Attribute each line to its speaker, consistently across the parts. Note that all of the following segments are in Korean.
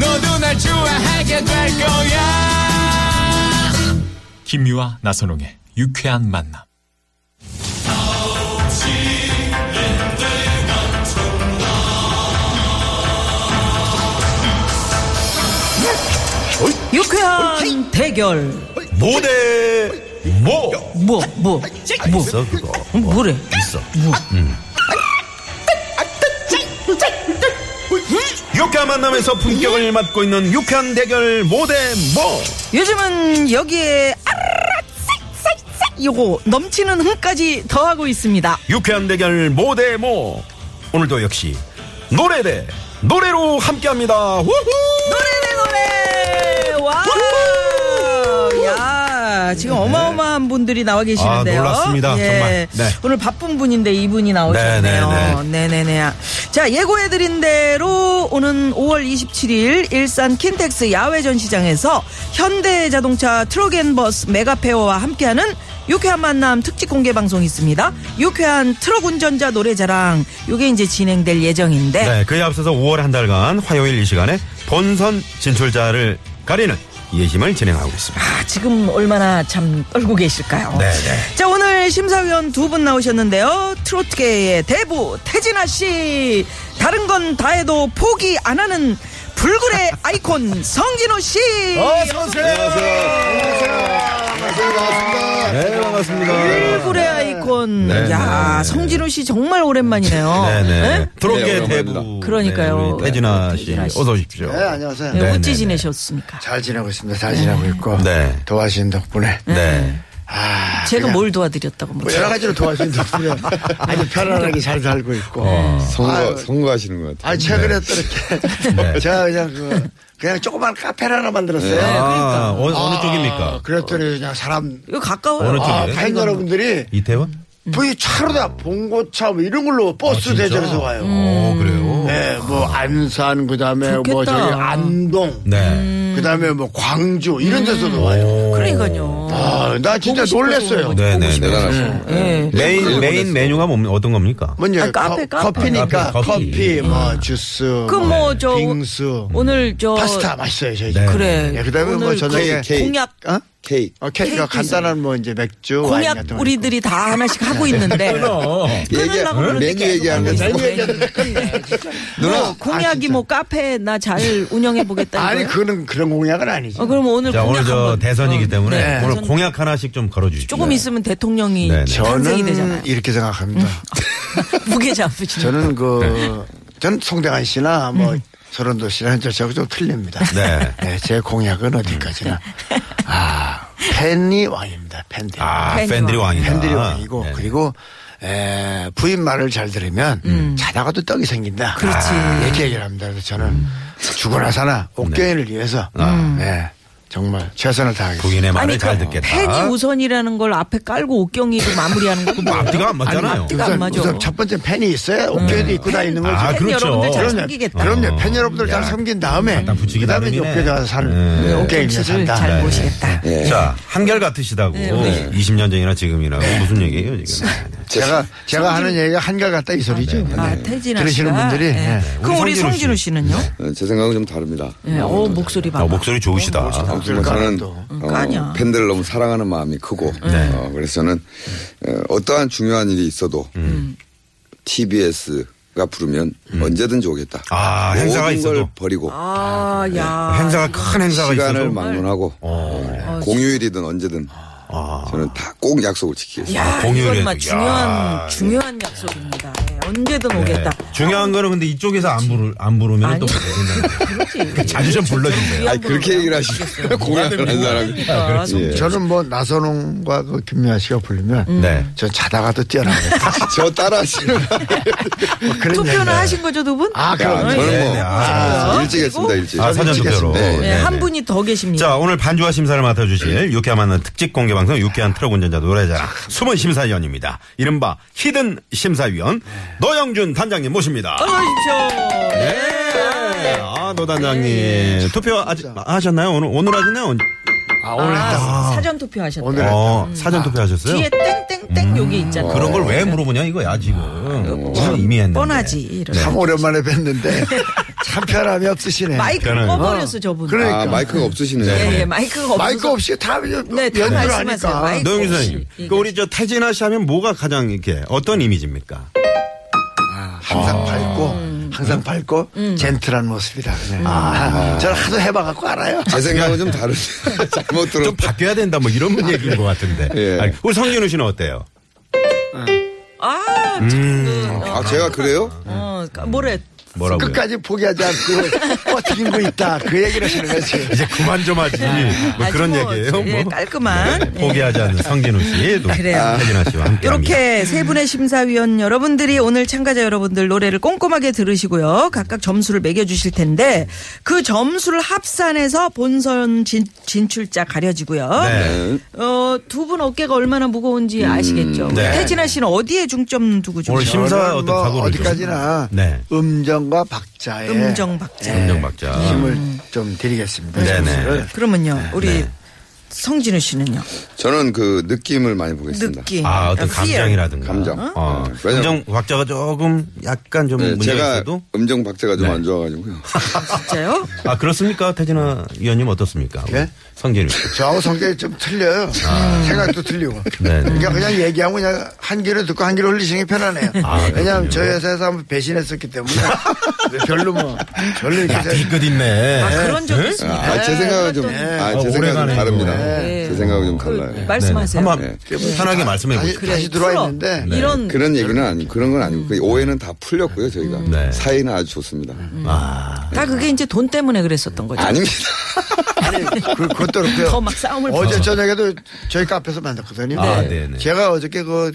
Speaker 1: 너도 날 좋아하게 될 거야. 김유아 나선홍의 유쾌한 만남.
Speaker 2: 유쾌한 대결
Speaker 3: 모대 모
Speaker 2: 뭐 뭐 뭐
Speaker 3: 있어 그거
Speaker 2: 뭐래
Speaker 3: 있어 유쾌한 만남에서 품격을 맡고 있는 유쾌한 대결 모대 모
Speaker 2: 요즘은 여기에 아르르 싹, 싹, 싹 요거 넘치는 흥까지 더하고 있습니다
Speaker 3: 유쾌한 대결 모대 모 오늘도 역시 노래 대 노래로 함께합니다 우후
Speaker 2: 노래 내 노래 와야 지금 어마어마한 분들이 나와 계시는데요
Speaker 3: 네.
Speaker 2: 예.
Speaker 3: 아, 놀랐습니다. 정말. 네.
Speaker 2: 오늘 바쁜 분인데 이분이 나오셨네요 네네네 자 예고해드린 대로 오는 5월 27일 일산 킨텍스 야외 전시장에서 현대자동차 트럭앤버스 메가페어와 함께하는 유쾌한 만남 특집 공개 방송이 있습니다. 유쾌한 트럭 운전자 노래 자랑 요게 이제 진행될 예정인데
Speaker 3: 네 그에 앞서서 5월 한 달간 화요일 이 시간에 본선 진출자를 가리는 예심을 진행하고 있습니다
Speaker 2: 아, 지금 얼마나 참 떨고 계실까요?
Speaker 3: 네네
Speaker 2: 자, 오늘 심사위원 두 분 나오셨는데요. 트로트계의 대부 태진아 씨, 다른 건 다 해도 포기 안 하는 불굴의 아이콘 성진호 씨.
Speaker 3: 어?
Speaker 4: 아,
Speaker 3: 네 반갑습니다
Speaker 2: 불굴의 아이콘.
Speaker 3: 네,
Speaker 2: 야,
Speaker 3: 네.
Speaker 2: 성진호 씨 정말 오랜만이네요. 네?
Speaker 3: 네네
Speaker 4: 네,
Speaker 3: 드론계
Speaker 4: 오랜만입니다.
Speaker 3: 대부
Speaker 2: 그러니까요.
Speaker 3: 네, 우리 태진아 씨
Speaker 2: 태진아 씨.
Speaker 3: 어서 오십시오
Speaker 4: 네, 안녕하세요.
Speaker 2: 네,
Speaker 3: 네,
Speaker 2: 어찌
Speaker 3: 네,
Speaker 2: 지내셨습니까?
Speaker 4: 잘 지내고 있습니다. 잘 지내고 있고
Speaker 3: 네.
Speaker 4: 도와주신 덕분에
Speaker 3: 네.
Speaker 4: 아,
Speaker 2: 제가
Speaker 4: 그냥
Speaker 2: 뭘 도와드렸다고
Speaker 4: 뭐
Speaker 2: 물어요?
Speaker 4: 여러 가지로 도와주신 덕분에 아주 편안하게 잘 살고 있고
Speaker 3: 어,
Speaker 5: 선거, 선거하시는 것 같아요.
Speaker 4: 아
Speaker 3: 네.
Speaker 4: 최근에 또 이렇게 제가 그냥 그 그냥 조그만 카페를 하나 만들었어요.
Speaker 3: 아, 어, 어느
Speaker 4: 아,
Speaker 3: 쪽입니까?
Speaker 4: 그랬더니 그냥 사람
Speaker 2: 이거 가까워요.
Speaker 3: 어느
Speaker 4: 아,
Speaker 3: 쪽이에요?
Speaker 4: 팬 여러분들이
Speaker 3: 이태원?
Speaker 2: 음.
Speaker 4: 부이 차로다 봉고차 뭐 이런 걸로 버스
Speaker 3: 아, 진짜?
Speaker 4: 대절해서 와요.
Speaker 3: 어, 그래요?
Speaker 4: 네, 뭐 안산 그다음에 뭐
Speaker 2: 음. 좋겠다.
Speaker 4: 저기 안동
Speaker 3: 네.
Speaker 4: 그다음에 뭐 광주 이런 데서도 와요.
Speaker 2: 그러니까요.
Speaker 4: 아, 나 진짜
Speaker 2: 보고 싶어요.
Speaker 4: 놀랬어요.
Speaker 3: 네, 네, 네.
Speaker 5: 대단하시네.
Speaker 2: 예.
Speaker 3: 메인, 메인 메뉴가 뭡니, 어떤 겁니까?
Speaker 4: 먼저
Speaker 2: 아, 카페, 카페.
Speaker 4: 커피니까
Speaker 3: 카페,
Speaker 4: 커피,
Speaker 3: 아, 커피. 아.
Speaker 4: 뭐 주스,
Speaker 2: 그럼 뭐 저-
Speaker 4: 빙수,
Speaker 2: 오늘 저
Speaker 4: 파스타 맛있어요 저희.
Speaker 3: 네.
Speaker 4: 집.
Speaker 2: 그래.
Speaker 4: 예, 그다음에 뭐
Speaker 2: 오늘
Speaker 4: 저녁에
Speaker 5: 케이크.
Speaker 2: 공약
Speaker 4: 어?
Speaker 5: 케이크.
Speaker 4: 어, 케이크가
Speaker 2: 케이크 있어요.
Speaker 4: 간단한 뭐 이제 맥주, 와인
Speaker 2: 공약
Speaker 4: 같은 거.
Speaker 2: 우리들이 다 하나씩 하고 있는데
Speaker 5: 얘기,
Speaker 2: 끊으려고 그러는데
Speaker 5: 메뉴
Speaker 2: 계속
Speaker 5: 얘기하는
Speaker 2: 끊어요.
Speaker 5: 거.
Speaker 2: 메뉴 얘기하는데 뭐 공약이
Speaker 4: 아,
Speaker 2: 뭐 카페 나 잘 운영해 보겠다는
Speaker 4: 아니
Speaker 2: 거예요?
Speaker 4: 그는 그런 공약은 아니지.
Speaker 2: 어, 그럼 오늘
Speaker 3: 자,
Speaker 2: 공약
Speaker 3: 오늘 저
Speaker 2: 한번
Speaker 3: 대선이기
Speaker 2: 어,
Speaker 3: 때문에
Speaker 2: 네.
Speaker 3: 오늘
Speaker 2: 대선
Speaker 3: 공약 하나씩 좀 걸어주십시오.
Speaker 2: 조금 있으면 대통령이
Speaker 3: 네, 네.
Speaker 2: 탄생이 되잖아요. 음.
Speaker 4: 저는 이렇게 생각합니다.
Speaker 2: 무게 잡으시는.
Speaker 4: 저는 그
Speaker 3: 네.
Speaker 4: 저는 송대관 씨나 뭐
Speaker 2: 음.
Speaker 4: 서른도 씨나 저하고 좀 틀립니다.
Speaker 3: 네.
Speaker 4: 네, 제 공약은 어디까지나 아 팬이 왕입니다. 팬들.
Speaker 3: 아,
Speaker 2: 팬들이
Speaker 3: 팬들이 왕이다.
Speaker 4: 팬들이 왕이고
Speaker 3: 네.
Speaker 4: 그리고 에, 부인 말을 잘 들으면 자다가도 떡이 생긴다.
Speaker 2: 음.
Speaker 4: 아,
Speaker 2: 그렇지. 음.
Speaker 4: 이렇게 얘기를 합니다. 그래서 저는 죽어나 사나 옥경인을 위해서 네, 정말 최선을 다하겠습니다.
Speaker 3: 아. 부인의 말을
Speaker 2: 아니
Speaker 3: 잘
Speaker 2: 그
Speaker 3: 듣겠다.
Speaker 2: 팬이 우선이라는 걸 앞에 깔고 옷경이로 마무리하는 건
Speaker 3: 뭐
Speaker 2: 뭐예요?
Speaker 3: 앞뒤가 안 맞잖아요.
Speaker 2: 앞뒤가- 안 맞아. 네.
Speaker 4: 우선 첫 번째 팬이 있어야 옥경에도 입고 다니는 거죠.
Speaker 3: 아,
Speaker 2: 팬
Speaker 3: 그렇죠.
Speaker 2: 여러분들 잘
Speaker 3: 그럼요.
Speaker 2: 챙기겠다.
Speaker 4: 그럼요. 팬 여러분들
Speaker 3: 어.
Speaker 4: 잘
Speaker 3: 야,
Speaker 4: 섬긴 다음에
Speaker 3: 갖다 붙이기
Speaker 4: 그다음에
Speaker 3: 나름이네.
Speaker 4: 옥경에 가서
Speaker 3: 네.
Speaker 4: 사는 옥경인 위해서
Speaker 2: 팬들을
Speaker 4: 산다.
Speaker 2: 잘
Speaker 4: 네.
Speaker 2: 모시겠다.
Speaker 5: 예.
Speaker 3: 자, 한결 같으시다고.
Speaker 5: 네,
Speaker 3: 20년 전이나 지금이나 무슨 얘기예요, 지금?
Speaker 4: 제가 제가 하는 얘기가 한결같다 이 소리죠.
Speaker 2: 아,
Speaker 4: 네.
Speaker 2: 태진아
Speaker 4: 들으시는
Speaker 2: 씨가?
Speaker 4: 분들이
Speaker 2: 예.
Speaker 4: 네.
Speaker 2: 그럼
Speaker 3: 우리 네.
Speaker 2: 우리
Speaker 3: 성진우
Speaker 2: 성진우 씨는요?
Speaker 5: 어, 제 생각은 좀 다릅니다.
Speaker 2: 예, 어 목소리 봐.
Speaker 3: 어, 목소리 좋으시다.
Speaker 5: 어, 정말 저는
Speaker 4: 또.
Speaker 5: 어,
Speaker 3: 그러니까
Speaker 2: 까냐.
Speaker 5: 팬들을 너무 사랑하는 마음이 크고
Speaker 3: 네.
Speaker 5: 어, 그래서 저는 어, 어떠한 중요한 일이 있어도
Speaker 3: 음.
Speaker 5: TBS가 부르면 언제든지 오겠다.
Speaker 3: 아,
Speaker 5: 모든
Speaker 3: 행사가
Speaker 5: 걸
Speaker 3: 있어도.
Speaker 5: 버리고
Speaker 2: 아, 야.
Speaker 3: 행사가 큰 행사가
Speaker 5: 시간을
Speaker 3: 있어서. 아.
Speaker 5: 막론하고
Speaker 3: 어.
Speaker 5: 공휴일이든 언제든 저는 다 꼭 약속을 지키겠습니다.
Speaker 2: 야,
Speaker 3: 공휴일에도.
Speaker 2: 이건 막 중요한
Speaker 3: 야.
Speaker 2: 중요한 약속입니다. 예, 언제든 오겠다.
Speaker 6: 중요한 거는 근데 이쪽에서 안 부르 안 부르면 또
Speaker 2: 아니.
Speaker 3: 그러니까
Speaker 6: 그 자주 좀 불러주세요.
Speaker 5: 아니, 그렇게 얘기를 하시면 공약을 한 사람이.
Speaker 2: 그러니까
Speaker 5: 예.
Speaker 4: 저는 뭐 나선홍과 그 김미아 씨가 불리면
Speaker 2: 음.
Speaker 3: 네.
Speaker 4: 저 자다가도 뛰어나요.
Speaker 5: 아, 저 따라 하시는 거
Speaker 4: 그런
Speaker 2: 투표는
Speaker 4: 얘기예요.
Speaker 2: 하신 거죠 두 분?
Speaker 4: 네. 아,
Speaker 5: 야,
Speaker 4: 그럼
Speaker 5: 저는
Speaker 3: 네, 네.
Speaker 5: 뭐
Speaker 3: 아.
Speaker 5: 일찍 했습니다, 일찍.
Speaker 3: 아, 사전 투표로.
Speaker 5: 일찍 했습니다.
Speaker 2: 네,
Speaker 5: 예.
Speaker 2: 한 분이 더 계십니다.
Speaker 3: 자, 오늘 반주와 심사를 맡아주실 유쾌한 만남 특집 공개방송 유쾌한 트럭 운전자 노래자랑 숨은 심사위원입니다. 이른바 히든 심사위원 노영준 단장님 모십니다.
Speaker 2: 어서 오십시오.
Speaker 3: 네. 아, 노 단장님. 투표 아직 하셨나요? 오늘, 오늘 하셨나요? 언-
Speaker 4: 아, 오늘 했다.
Speaker 2: 사전 투표 하셨다.
Speaker 4: 오늘
Speaker 3: 어, 사전 투표 하셨어요?
Speaker 2: 그렇죠. 음. 뒤에 네. 땡땡땡 여기 있잖아.
Speaker 6: 그런 걸 왜 물어보냐 이거야 지금. 참 미미했는데.
Speaker 2: 아, 뻔하지. 이런.
Speaker 4: 참 오랜만에 뵀는데 참 편함이 없으시네.
Speaker 2: 마이크
Speaker 3: 변하네.
Speaker 2: 꺼버렸어 저분.
Speaker 4: 그래.
Speaker 3: 그러니까.
Speaker 5: 아, 마이크가 없으시네요.
Speaker 2: 예, 예, 마이크가 없어.
Speaker 4: 마이크 없이 다
Speaker 2: 네, 다
Speaker 4: 연주를
Speaker 2: 말씀하세요.
Speaker 4: 하니까.
Speaker 2: 마이크 없이.
Speaker 3: 노영준 선생님.
Speaker 2: 이게
Speaker 3: 그 우리 저 태진아 씨 하면 뭐가 가장 이렇게 어떤 이미지입니까?
Speaker 4: 항상 밝고
Speaker 2: 음.
Speaker 4: 항상 밝고 젠틀한 모습이다. 그냥. 아, 저는 하도 해봐갖고 알아요.
Speaker 5: 제 생각은 좀 다르네. 잘못 들었
Speaker 3: 좀 바뀌어야 된다 뭐 이런 얘기인 것 같은데.
Speaker 5: 예.
Speaker 3: 아니, 우리 성진우 씨는 어때요?
Speaker 2: 아,
Speaker 5: 아, 제가 그래요?
Speaker 2: 어, 그러니까 뭐래.
Speaker 3: 뭐라고요?
Speaker 4: 끝까지 포기하지 않고 버티는 거 있다. 그 얘기를 하시는 거지.
Speaker 3: 이제 그만 좀 하지. 뭐
Speaker 2: 아주
Speaker 3: 그런
Speaker 2: 뭐,
Speaker 3: 얘기예요.
Speaker 2: 예,
Speaker 3: 뭐.
Speaker 2: 깔끔한.
Speaker 3: 네, 포기하지 않는 성진우 씨, 또
Speaker 2: 그래요.
Speaker 3: 태진아 씨와 함께.
Speaker 2: 이렇게 세 분의 심사위원 여러분들이 오늘 참가자 여러분들 노래를 꼼꼼하게 들으시고요. 각각 점수를 매겨주실 텐데 그 점수를 합산해서 본선 진, 진출자 가려지고요.
Speaker 3: 네.
Speaker 2: 어, 두 분 어깨가 얼마나
Speaker 5: 음,
Speaker 2: 무거운지 아시겠죠.
Speaker 3: 네.
Speaker 2: 태진아 씨는 어디에 중점 두고 좀
Speaker 3: 오늘 심사
Speaker 4: 저는 뭐
Speaker 3: 어떤 각오를 좀.
Speaker 4: 어디까지나
Speaker 3: 네.
Speaker 4: 음정과 박자에
Speaker 2: 음정 박자.
Speaker 3: 음정 박자.
Speaker 4: 힘을 좀 드리겠습니다.
Speaker 3: 네네. 네.
Speaker 4: 점수를.
Speaker 2: 그러면요. 우리 성진우 씨는요.
Speaker 5: 저는 그 느낌을 많이 보겠습니다.
Speaker 2: 느낌.
Speaker 3: 아, 어떤 감정이라든가.
Speaker 5: 감정.
Speaker 3: 어.
Speaker 5: 네. 왜냐면-
Speaker 3: 감정 박자가 조금 약간 좀
Speaker 5: 네,
Speaker 3: 음, 문제가
Speaker 5: 제가
Speaker 3: 있어도.
Speaker 5: 음정 박자가 좀
Speaker 3: 네.
Speaker 5: 안 좋아가지고요.
Speaker 2: 진짜요?
Speaker 3: 아, 그렇습니까? 태진아 위원님 어떻습니까?
Speaker 4: 예?
Speaker 3: 성진우 씨.
Speaker 4: 저하고 성격이 좀 틀려요. 생각도 틀리고.
Speaker 3: 네네.
Speaker 4: 그러니까 그냥 얘기하고 그냥 한 귀로 듣고 한 귀로 흘리시는 게 편하네요. 왜냐하면 저희 회사에서 한번 배신했었기 때문에 별로 뭐 별로 이렇게 잘-
Speaker 6: 뒤끝 있네.
Speaker 2: 아, 그런 적 있습니다.
Speaker 5: 아, 제 생각은 좀,
Speaker 2: 네,
Speaker 5: 아, 제
Speaker 6: 아,
Speaker 5: 생각은
Speaker 6: 오래가네,
Speaker 5: 좀 다릅니다.
Speaker 4: 이거.
Speaker 5: 제 생각은 좀 달라요.
Speaker 2: 그, 말씀하세요.
Speaker 3: 한번
Speaker 4: 네.
Speaker 3: 편하게 말씀해
Speaker 4: 다시,
Speaker 3: 보세요.
Speaker 4: 네. 다시 들어와 있는데
Speaker 2: 풀어. 이런
Speaker 5: 그런 얘기는 아니 그런 건 아니고 그 오해는 다 풀렸고요 저희가
Speaker 3: 네.
Speaker 5: 사이는 아주 좋습니다.
Speaker 3: 아,
Speaker 2: 다 그게 이제 돈 때문에 그랬었던 거죠.
Speaker 5: 아닙니다.
Speaker 4: 아니, 그, 그것도 그렇고요.
Speaker 2: 더 막 싸움을
Speaker 4: 어제
Speaker 2: 벌여.
Speaker 4: 저녁에도 저희 카페에서 만났거든요.
Speaker 3: 아, 네네.
Speaker 4: 제가 어저께 그,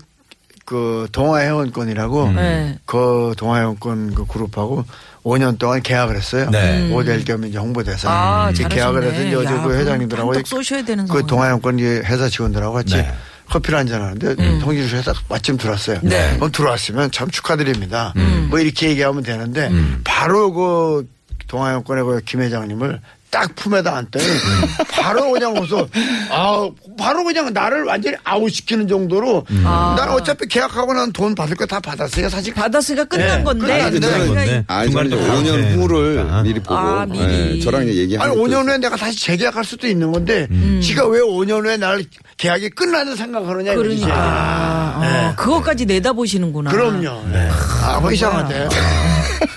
Speaker 4: 그 동아회원권이라고
Speaker 2: 네.
Speaker 4: 그 동아회원권 그 그룹하고 5년 동안 계약을 했어요.
Speaker 3: 네.
Speaker 4: 모델 겸 이제 홍보대사.
Speaker 2: 음. 아,
Speaker 4: 이제 계약을 해서
Speaker 2: 잘하셨네.
Speaker 4: 이제 어제
Speaker 2: 야,
Speaker 4: 그
Speaker 2: 그럼
Speaker 4: 회장님들하고
Speaker 2: 한턱 쏘셔야 되는
Speaker 4: 그
Speaker 2: 상황이네.
Speaker 4: 동아회원권 이 회사 직원들하고 같이
Speaker 3: 네.
Speaker 4: 커피를 한잔 하는데 성진우 씨가 딱 마침 들어왔어요.
Speaker 2: 음. 네. 음.
Speaker 4: 그럼 들어왔으면 참 축하드립니다. 뭐 이렇게 얘기하면 되는데 바로 그 동아연권의 그김 회장님을 딱 품에다 안더니
Speaker 2: 음.
Speaker 4: 바로 그냥 웃어. 아, 바로 그냥 나를 완전히 아웃시키는 정도로 난 어차피 계약하고 난 돈 받을 거 다 받았어요. 사실
Speaker 2: 음. 받았으니까 끝난
Speaker 4: 네,
Speaker 2: 건데. 그러니까 네.
Speaker 5: 아니,
Speaker 4: 끝난
Speaker 5: 저는-
Speaker 3: 건데.
Speaker 5: 아니 저는
Speaker 3: 중간에
Speaker 5: 이제
Speaker 3: 또
Speaker 5: 5년
Speaker 3: 다음
Speaker 5: 후를
Speaker 3: 해니까.
Speaker 5: 미리 보고
Speaker 2: 아, 미리.
Speaker 5: 예, 저랑 이제
Speaker 4: 아니
Speaker 5: 얘기하는
Speaker 2: 음.
Speaker 4: 5년 후에 내가 다시 재계약할 수도 있는 건데 지가 왜 5년 후에 날 계약이 끝나는 생각하느냐 이거지.
Speaker 2: 그러니까. 아,
Speaker 4: 네.
Speaker 2: 그것까지 내다보시는구나.
Speaker 4: 그럼요.
Speaker 3: 네.
Speaker 4: 아, 뭐 이상한데.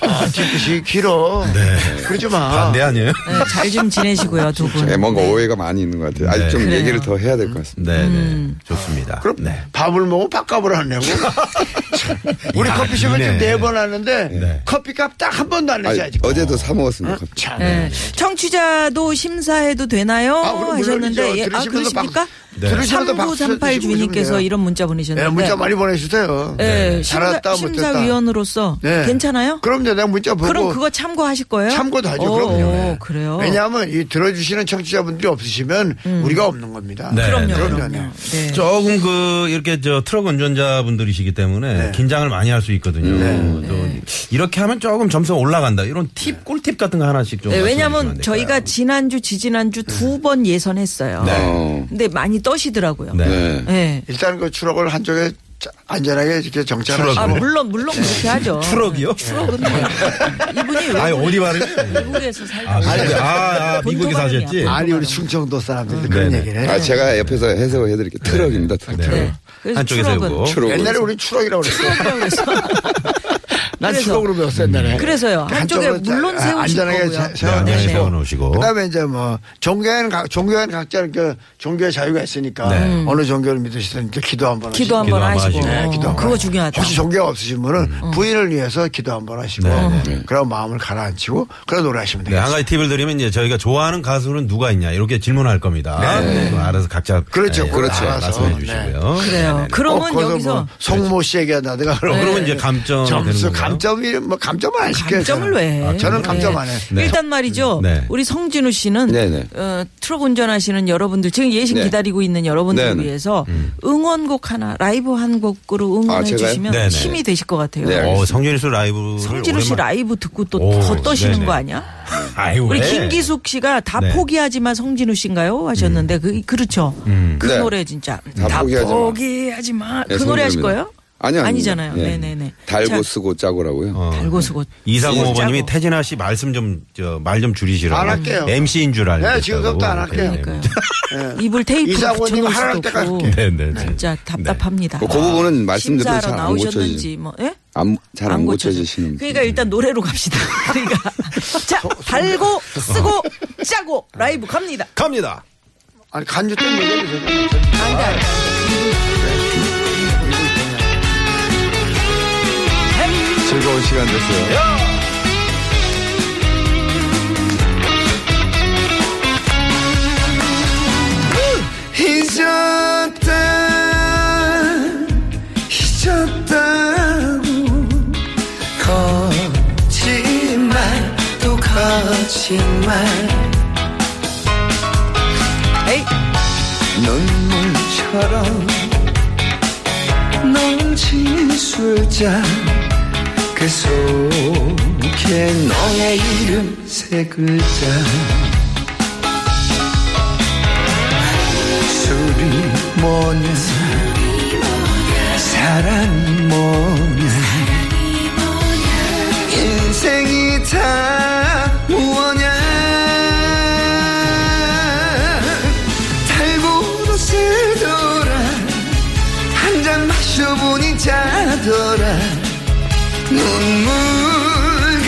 Speaker 4: 아, 뒤끝이 길어. 그러지 마.
Speaker 3: 네. 반대 아니에요?
Speaker 2: 잘 좀 지내시고요, 두 분. 네.
Speaker 5: 예, 뭔가 오해가 많이 있는 것 같아요. 아직 좀
Speaker 2: 그래요.
Speaker 5: 얘기를 더 해야 될 것 같습니다.
Speaker 3: 네,
Speaker 2: 음.
Speaker 3: 네. 좋습니다.
Speaker 4: 아, 그럼
Speaker 3: 네.
Speaker 4: 밥을 먹으면 밥값을 안 내고. 우리
Speaker 3: 야,
Speaker 4: 커피숍을
Speaker 3: 이네.
Speaker 4: 지금 네 번 하는데
Speaker 3: 네.
Speaker 4: 커피값 딱 한 번도 안
Speaker 5: 아니,
Speaker 4: 내지 아직.
Speaker 5: 어제도 사 먹었습니다. 커피.
Speaker 4: 참.
Speaker 2: 네. 청취자도 심사해도 되나요?
Speaker 4: 아, 그럼
Speaker 2: 하셨는데,
Speaker 4: 물론이죠.
Speaker 2: 예, 아,
Speaker 4: 들으시면서
Speaker 2: 그러십니까?
Speaker 4: 박수- 네. 들으시면서 박수
Speaker 2: 3938
Speaker 4: 쳐주시고
Speaker 2: 주인님께서
Speaker 4: 그러네요.
Speaker 2: 이런 문자
Speaker 4: 네,
Speaker 2: 보내셨는데.
Speaker 4: 문자 많이 보내주세요.
Speaker 3: 네.
Speaker 2: 예,
Speaker 4: 잘했다, 못했다.
Speaker 2: 심사, 위원으로서
Speaker 4: 네.
Speaker 2: 괜찮아요?
Speaker 4: 그럼요. 내가 문자 보고.
Speaker 2: 그럼 그거 어. 참고하실 거예요?
Speaker 4: 참고도 하죠.
Speaker 2: 오,
Speaker 4: 그럼요.
Speaker 2: 오, 그래요.
Speaker 4: 왜냐하면 이 들어주시는 청취자분들이 없으시면 우리가 없는 겁니다.
Speaker 3: 네.
Speaker 2: 음. 그럼요,
Speaker 4: 그럼요.
Speaker 2: 그럼요. 네.
Speaker 3: 조금 그 이렇게 저 트럭 운전자분들이시기 때문에
Speaker 4: 네.
Speaker 3: 긴장을 많이 할 수 있거든요. 또
Speaker 2: 네.
Speaker 3: 이렇게 하면 조금 점수 가 올라간다. 이런 팁, 꿀팁 같은 거 하나씩 좀.
Speaker 2: 네,
Speaker 3: 말씀해
Speaker 2: 왜냐면
Speaker 3: 주시면 안 될까요?
Speaker 2: 저희가 지난주, 지지난주 두 번 예선했어요.
Speaker 5: 어.
Speaker 2: 근데 많이 떠시더라고요.
Speaker 3: 네.
Speaker 5: 네.
Speaker 2: 예.
Speaker 4: 일단 그 추락을 한쪽에 자- 안전하게 이렇게 정찰하시고.
Speaker 2: 아, 물론, 물론 그렇게 하죠.
Speaker 3: 추럭이요?
Speaker 2: 추럭은 뭐. 이분이 네.
Speaker 3: 아니, 어디 말을?
Speaker 2: 외국에서
Speaker 3: 아,
Speaker 2: 살고
Speaker 3: 근데- 아, 아,
Speaker 2: 본토
Speaker 3: 미국에
Speaker 2: 발음이야.
Speaker 3: 사셨지?
Speaker 4: 아니 우리 충청도 사람들이 그런
Speaker 3: 음. 네네.
Speaker 4: 얘기를 해요.
Speaker 5: 아 제가 옆에서 해석을 해드릴게요.
Speaker 2: 네.
Speaker 5: 트럭입니다. 트럭.
Speaker 3: 네.
Speaker 2: 그래서
Speaker 3: 한쪽에
Speaker 2: 추럭은
Speaker 3: 세우고.
Speaker 5: 추럭.
Speaker 4: 옛날에 우리 추락이라고 그랬어요. 난
Speaker 2: 그래서-
Speaker 4: 수동으로 배웠어 옛날에.
Speaker 2: 그래서요. 한쪽에
Speaker 4: 한쪽으로 자-
Speaker 2: 물론
Speaker 4: 아,
Speaker 2: 세우실
Speaker 4: 안전하게
Speaker 2: 거고요.
Speaker 4: 자-
Speaker 3: 네, 안전하게
Speaker 4: 세워놓으시고.
Speaker 3: 세워놓으시고.
Speaker 4: 그다음에 이제 뭐 종교에는 각, 종교에는 각자 그 종교의 자유가 있으니까 어느 종교를 믿으시든 이제 기도 한번
Speaker 2: 네. 음. 기도
Speaker 4: 하시고.
Speaker 2: 한번
Speaker 3: 기도 한번
Speaker 2: 하시고.
Speaker 3: 하시고.
Speaker 4: 네, 기도 한번
Speaker 2: 그거
Speaker 4: 하시고.
Speaker 2: 중요하다. 음.
Speaker 4: 혹시 종교가 없으신 분은 부인을 위해서 기도 한번 하시고
Speaker 2: 네,
Speaker 4: 그런 마음을 가라앉히고 그런 노래하시면
Speaker 3: 네,
Speaker 4: 되겠습니다. 어,
Speaker 3: 한 가지 팁을 드리면 이제 저희가 좋아하는 가수는 누가 있냐 이렇게 질문할 겁니다. 그럼 알아서 각자
Speaker 4: 네.
Speaker 3: 네,
Speaker 4: 그렇죠, 그렇죠.
Speaker 3: 말씀해
Speaker 4: 알아서.
Speaker 3: 주시고요.
Speaker 2: 그래요.
Speaker 5: 어,
Speaker 2: 그러면
Speaker 4: 거기서
Speaker 2: 여기서 네.
Speaker 4: 뭐 송모 씨에게 나다가 그러고
Speaker 3: 그러면 이제 감점
Speaker 4: 점수 감점이 뭐 감점은 안 시켜요.
Speaker 2: 감점을
Speaker 4: 저는.
Speaker 2: 왜 해?
Speaker 4: 저는 감점
Speaker 2: 네.
Speaker 4: 안 해.
Speaker 2: 일단 말이죠.
Speaker 3: 네.
Speaker 2: 우리 성진우 씨는
Speaker 5: 네네.
Speaker 2: 어, 트럭 운전하시는 여러분들 지금 예식
Speaker 5: 네.
Speaker 2: 기다리고 있는 여러분들을
Speaker 5: 네네.
Speaker 2: 위해서 응원곡 하나 라이브 한 곡으로
Speaker 5: 아,
Speaker 2: 응원해
Speaker 5: 제가요?
Speaker 2: 주시면
Speaker 3: 네네.
Speaker 2: 힘이 되실 것 같아요.
Speaker 5: 네,
Speaker 3: 어, 성준이 씨 라이브를
Speaker 2: 성진우 씨
Speaker 3: 오랜만에-
Speaker 2: 라이브 듣고 또
Speaker 3: 오,
Speaker 2: 겉떠시는
Speaker 3: 네네.
Speaker 2: 거 아니야?
Speaker 6: 아유,
Speaker 2: 우리
Speaker 6: 왜?
Speaker 2: 김기숙 씨가 다
Speaker 3: 네. 음.
Speaker 2: 포기하지만 성진우 씨인가요? 하셨는데 그 그렇죠. 그
Speaker 5: 네.
Speaker 2: 노래 진짜
Speaker 5: 다
Speaker 2: 다
Speaker 5: 포기하지 마.
Speaker 2: 포기하지 마.
Speaker 5: 네,
Speaker 2: 그 노래 하실
Speaker 5: 성진우입니다.
Speaker 2: 거예요?
Speaker 5: 아니요, 아니요.
Speaker 2: 아니잖아요.
Speaker 5: 예.
Speaker 2: 네, 네, 네.
Speaker 5: 달고
Speaker 2: 자, 어.
Speaker 5: 쓰고 짜고라고요.
Speaker 2: 달고 쓰고
Speaker 3: 이사공호번님이
Speaker 2: 짜고.
Speaker 3: 태진아 씨 말씀 좀 말 좀 줄이시라고.
Speaker 4: 안 할게요.
Speaker 3: MC인 줄 알고.
Speaker 4: 네, 지금부터 안 할게요.
Speaker 2: 그러니까요.
Speaker 5: 네.
Speaker 2: 입을 테이프
Speaker 4: 이사고님
Speaker 2: 붙여놓을
Speaker 4: 하랄
Speaker 2: 수도
Speaker 4: 때까지
Speaker 2: 없고
Speaker 4: 할게요.
Speaker 3: 네, 네.
Speaker 2: 진짜 답답합니다. 아,
Speaker 5: 뭐그 부분은 말씀 들어도
Speaker 2: 심사하러
Speaker 5: 잘안
Speaker 2: 나오셨는지 뭐 예?
Speaker 5: 안- 잘안 고쳐지시는
Speaker 2: 그러니까
Speaker 5: 분.
Speaker 2: 일단 노래로 갑시다. 그러니까 자 달고 쓰고 짜고 라이브 갑니다.
Speaker 3: 갑니다.
Speaker 4: 아니 간주 뜬 노래를 제가
Speaker 5: 즐거운 시간 됐어요.
Speaker 4: 잊었다 잊었다고 거짓말 또 거짓말
Speaker 2: 에이
Speaker 4: 눈물처럼 넘친 술잔 그 속에 너의 이름 세 글자 술이 뭐냐 사랑 뭐냐 인생이 다 뭐냐 달고도 쓰더라 한 잔 마셔보니 짜더라 눈물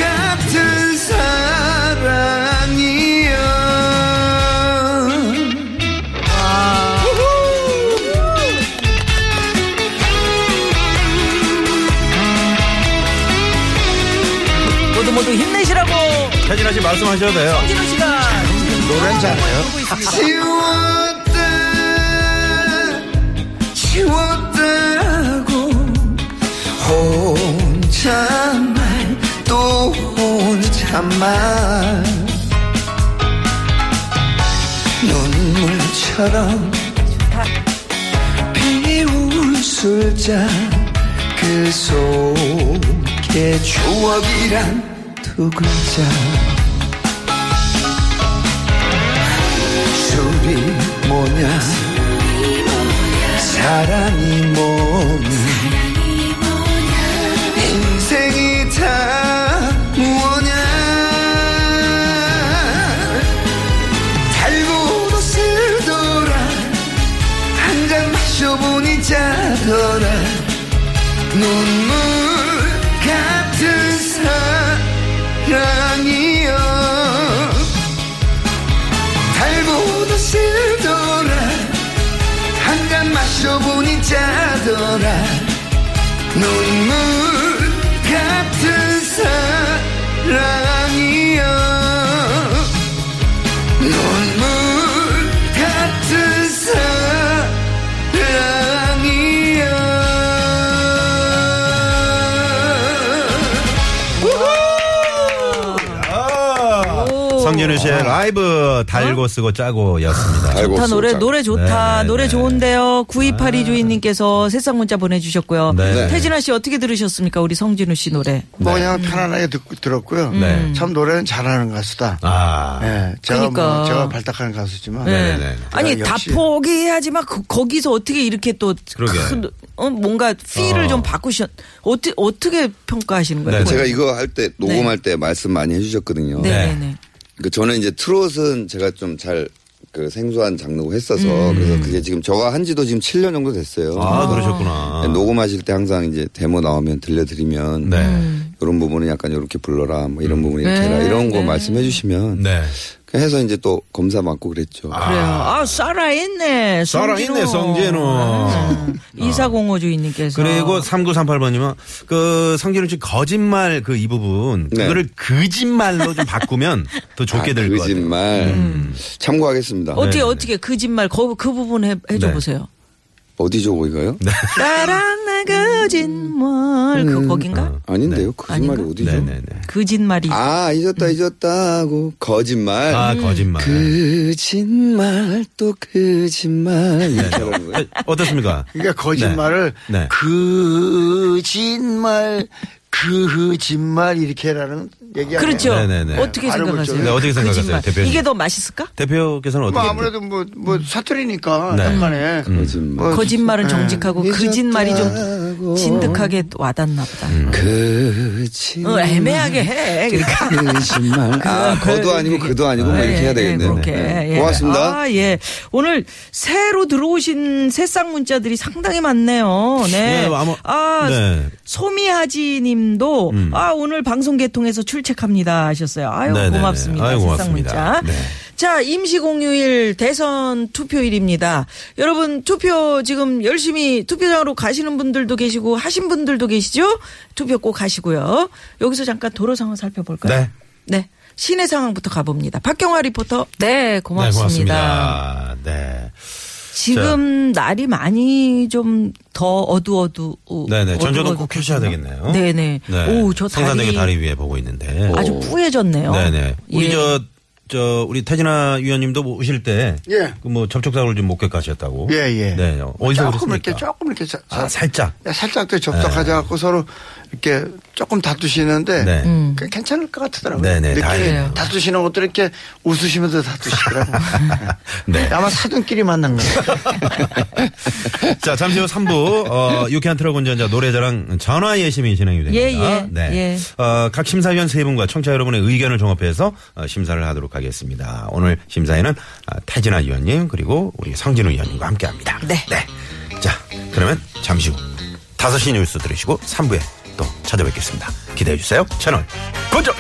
Speaker 4: 같은 사랑이여
Speaker 2: 모두 모두 힘내시라고
Speaker 3: 태진아 씨 말씀하셔도 돼요.
Speaker 2: 진우 씨가
Speaker 4: 노래는 잘해요
Speaker 2: 하고 있습니다.
Speaker 4: 지웠다 지웠다고 혼잣말 또 혼잣말 눈물처럼 비울 술잔 그 속에 추억이란 두 글자 술이 뭐냐 사랑이 뭐냐 인생이 다 뭐냐 달고도 쓰더라 한 잔 마셔보니 짜더라 눈물 같은 사랑이여 달고도 쓰더라 한 잔 마셔보니 짜더라 눈물 같은 사랑이여 눈물 같은 사랑이여
Speaker 3: 성진우
Speaker 4: 어.
Speaker 3: 씨의 라이브 달고 쓰고 짜고였습니다.
Speaker 5: 달고
Speaker 2: 좋다
Speaker 5: 쓰고
Speaker 2: 노래
Speaker 5: 짜고.
Speaker 2: 노래
Speaker 3: 네,
Speaker 2: 좋다 노래 좋은데요 9282 주인님께서 새싹 문자 보내주셨고요
Speaker 3: 아. 네.
Speaker 2: 태진아 씨 어떻게 들으셨습니까 우리 성진우 씨 노래
Speaker 4: 뭐 그냥 편안하게 듣고 들었고요. 음.
Speaker 3: 네.
Speaker 4: 참 노래는 잘하는 가수다.
Speaker 3: 아.
Speaker 4: 예, 제가
Speaker 2: 그러니까.
Speaker 4: 뭐 제가 발탁하는 가수지만
Speaker 3: 네, 네, 네.
Speaker 2: 아니
Speaker 4: 그러니까
Speaker 2: 다
Speaker 4: 역시.
Speaker 2: 포기하지 마. 그, 거기서 어떻게 이렇게 또
Speaker 3: 그러게.
Speaker 2: 큰, 어, 뭔가 필을 좀 바꾸셨. 어떻게 어떻게 평가하시는 거예요?
Speaker 3: 네,
Speaker 5: 제가 이거 할 때 녹음할 때 말씀 많이 해주셨거든요.
Speaker 2: 뭐. 네. 네네네. 네.
Speaker 5: 그 저는 이제 트롯은 제가 좀 잘 그 생소한 장르고 했어서
Speaker 2: 음.
Speaker 5: 그래서 그게 지금 저가 한지도 지금 7년 정도 됐어요.
Speaker 3: 아, 그러셨구나.
Speaker 5: 네, 녹음하실 때 항상 이제 데모 나오면 들려드리면
Speaker 3: 네. 음.
Speaker 5: 요 이런 부분은 약간 이렇게 불러라 뭐 이런 부분은
Speaker 2: 네,
Speaker 5: 이렇게 해라 이런 거 말씀해 주시면
Speaker 3: 네.
Speaker 5: 그 해서 이제 또 검사 맞고 그랬죠.
Speaker 2: 그래요. 아, 살아있네.
Speaker 3: 살아있네, 성진호.
Speaker 2: 이사공호 주인님께서.
Speaker 3: 그리고 3938번님은 그 성진우 씨 거짓말 그 이 부분
Speaker 5: 네.
Speaker 3: 그거를 거짓말로 좀 바꾸면 더 좋게
Speaker 5: 아,
Speaker 3: 될 것 같아요. 음.
Speaker 5: 거짓말 참고하겠습니다.
Speaker 2: 어떻게,
Speaker 3: 네네네.
Speaker 2: 어떻게, 거짓말, 그, 그 부분 해, 해줘
Speaker 3: 네.
Speaker 2: 보세요.
Speaker 5: 어디죠 거기가요?
Speaker 2: 나랑 나 거짓말.
Speaker 3: 음,
Speaker 2: 그,
Speaker 3: 어.
Speaker 2: 거긴가?
Speaker 5: 아닌데요. 거짓말이
Speaker 2: 아닌가?
Speaker 5: 어디죠?
Speaker 3: 네. 네네네.
Speaker 2: 거짓말이.
Speaker 5: 아 잊었다 잊었다고 거짓말.
Speaker 4: 그
Speaker 3: 아그 거짓말.
Speaker 5: 거짓말 또
Speaker 3: 네.
Speaker 5: 거짓말 이렇게 하는 거예요.
Speaker 3: 어떻습니까?
Speaker 4: 그러니까 거짓말을
Speaker 3: 네. 네.
Speaker 4: 거짓말 거짓말 이렇게 해라는 얘기 아니에요?
Speaker 2: 그렇죠.
Speaker 3: 네네네.
Speaker 2: 어떻게
Speaker 4: 발음을
Speaker 2: 생각하세요?
Speaker 4: 좀-
Speaker 3: 네, 어떻게 생각하세요,
Speaker 2: 거짓말.
Speaker 3: 대표님?
Speaker 2: 이게 더 맛있을까?
Speaker 3: 대표께서는
Speaker 4: 뭐
Speaker 3: 어떻게?
Speaker 4: 아무래도 뭐, 뭐 사투리니까
Speaker 3: 음. 네.
Speaker 4: 약간의
Speaker 5: 거짓말.
Speaker 4: 뭐
Speaker 5: 음,
Speaker 2: 거짓말은 정직하고 거짓말이 좀
Speaker 5: 잊었다고.
Speaker 2: 진득하게 와닿나 보다.
Speaker 3: 음.
Speaker 5: 거짓말.
Speaker 2: 어, 애매하게 해. 그러니까.
Speaker 5: 거짓말. 아, 거도 아니고 그도 아니고 뭐 이렇게
Speaker 2: 예,
Speaker 5: 해야 되겠네요.
Speaker 2: 그렇게.
Speaker 5: 네.
Speaker 2: 예.
Speaker 5: 고맙습니다.
Speaker 2: 아, 예. 오늘 새로 들어오신 새싹 문자들이 상당히 많네요. 네.
Speaker 3: 예, 아마-
Speaker 2: 아,
Speaker 3: 네.
Speaker 2: 소미하지 님도 아, 오늘 방송 개통해서 출첵합니다 하셨어요. 아유,
Speaker 3: 음. 네네네.
Speaker 2: 고맙습니다.
Speaker 3: 아유,
Speaker 2: 새싹
Speaker 3: 고맙습니다.
Speaker 2: 문자.
Speaker 3: 네.
Speaker 2: 자, 임시공휴일 대선 투표일입니다. 여러분 투표 지금 열심히 투표장으로 가시는 분들도 계시고 하신 분들도 계시죠? 투표 꼭 하시고요. 여기서 잠깐 도로 상황 살펴볼까요?
Speaker 3: 네.
Speaker 2: 네. 시내 상황부터 가봅니다. 박경화 리포터. 네,
Speaker 3: 네,
Speaker 2: 고맙습니다.
Speaker 3: 고맙습니다. 네.
Speaker 2: 지금 날이 많이 좀 더 어두워두.
Speaker 3: 네네. 전조등
Speaker 2: 어두워두-
Speaker 3: 꼭 켜셔야 되겠네요.
Speaker 2: 네네.
Speaker 3: 네.
Speaker 2: 오, 저
Speaker 3: 성산대교
Speaker 2: 다리,
Speaker 3: 다리 위에 보고 있는데.
Speaker 2: 아주 뿌얘졌네요.
Speaker 3: 네네. 우리
Speaker 2: 예.
Speaker 3: 저, 저, 우리 태진아 위원님도 뭐 오실 때.
Speaker 4: 예.
Speaker 3: 그뭐 접촉사고를 좀 목격하셨다고.
Speaker 4: 예, 예.
Speaker 3: 네. 어디서
Speaker 4: 조금
Speaker 3: 그랬습니까?
Speaker 4: 이렇게 조금 이렇게 자-
Speaker 3: 아,
Speaker 4: 자-
Speaker 3: 살짝.
Speaker 4: 살짝 더 접촉하자 갖고 서로 이렇게 조금 다투시는데
Speaker 3: 네.
Speaker 2: 음.
Speaker 4: 그게 괜찮을 것 같더라고요.
Speaker 3: 네네,
Speaker 4: 느낌이
Speaker 3: 다행이네요.
Speaker 4: 다투시는 것도 이렇게 웃으시면서 다투시더라고요.
Speaker 3: 네.
Speaker 4: 아마 사돈끼리 만난 거예요.
Speaker 3: 자, 잠시 후 3부, 어, 유쾌한 트럭 운전자 노래자랑 전화 예심이 진행이 됩니다.
Speaker 2: 예, 예.
Speaker 3: 네. 어, 각 심사위원 세 분과 청취자 여러분의 의견을 종합해서 어, 심사를 하도록 하겠습니다. 오늘 심사에는 아, 태진아 위원님, 그리고 우리 성진우 위원님과 함께 합니다.
Speaker 2: 네.
Speaker 3: 자, 그러면 잠시 후 5시 뉴스 들으시고 3부에 또 찾아뵙겠습니다. 기대해 주세요. 채널 고정!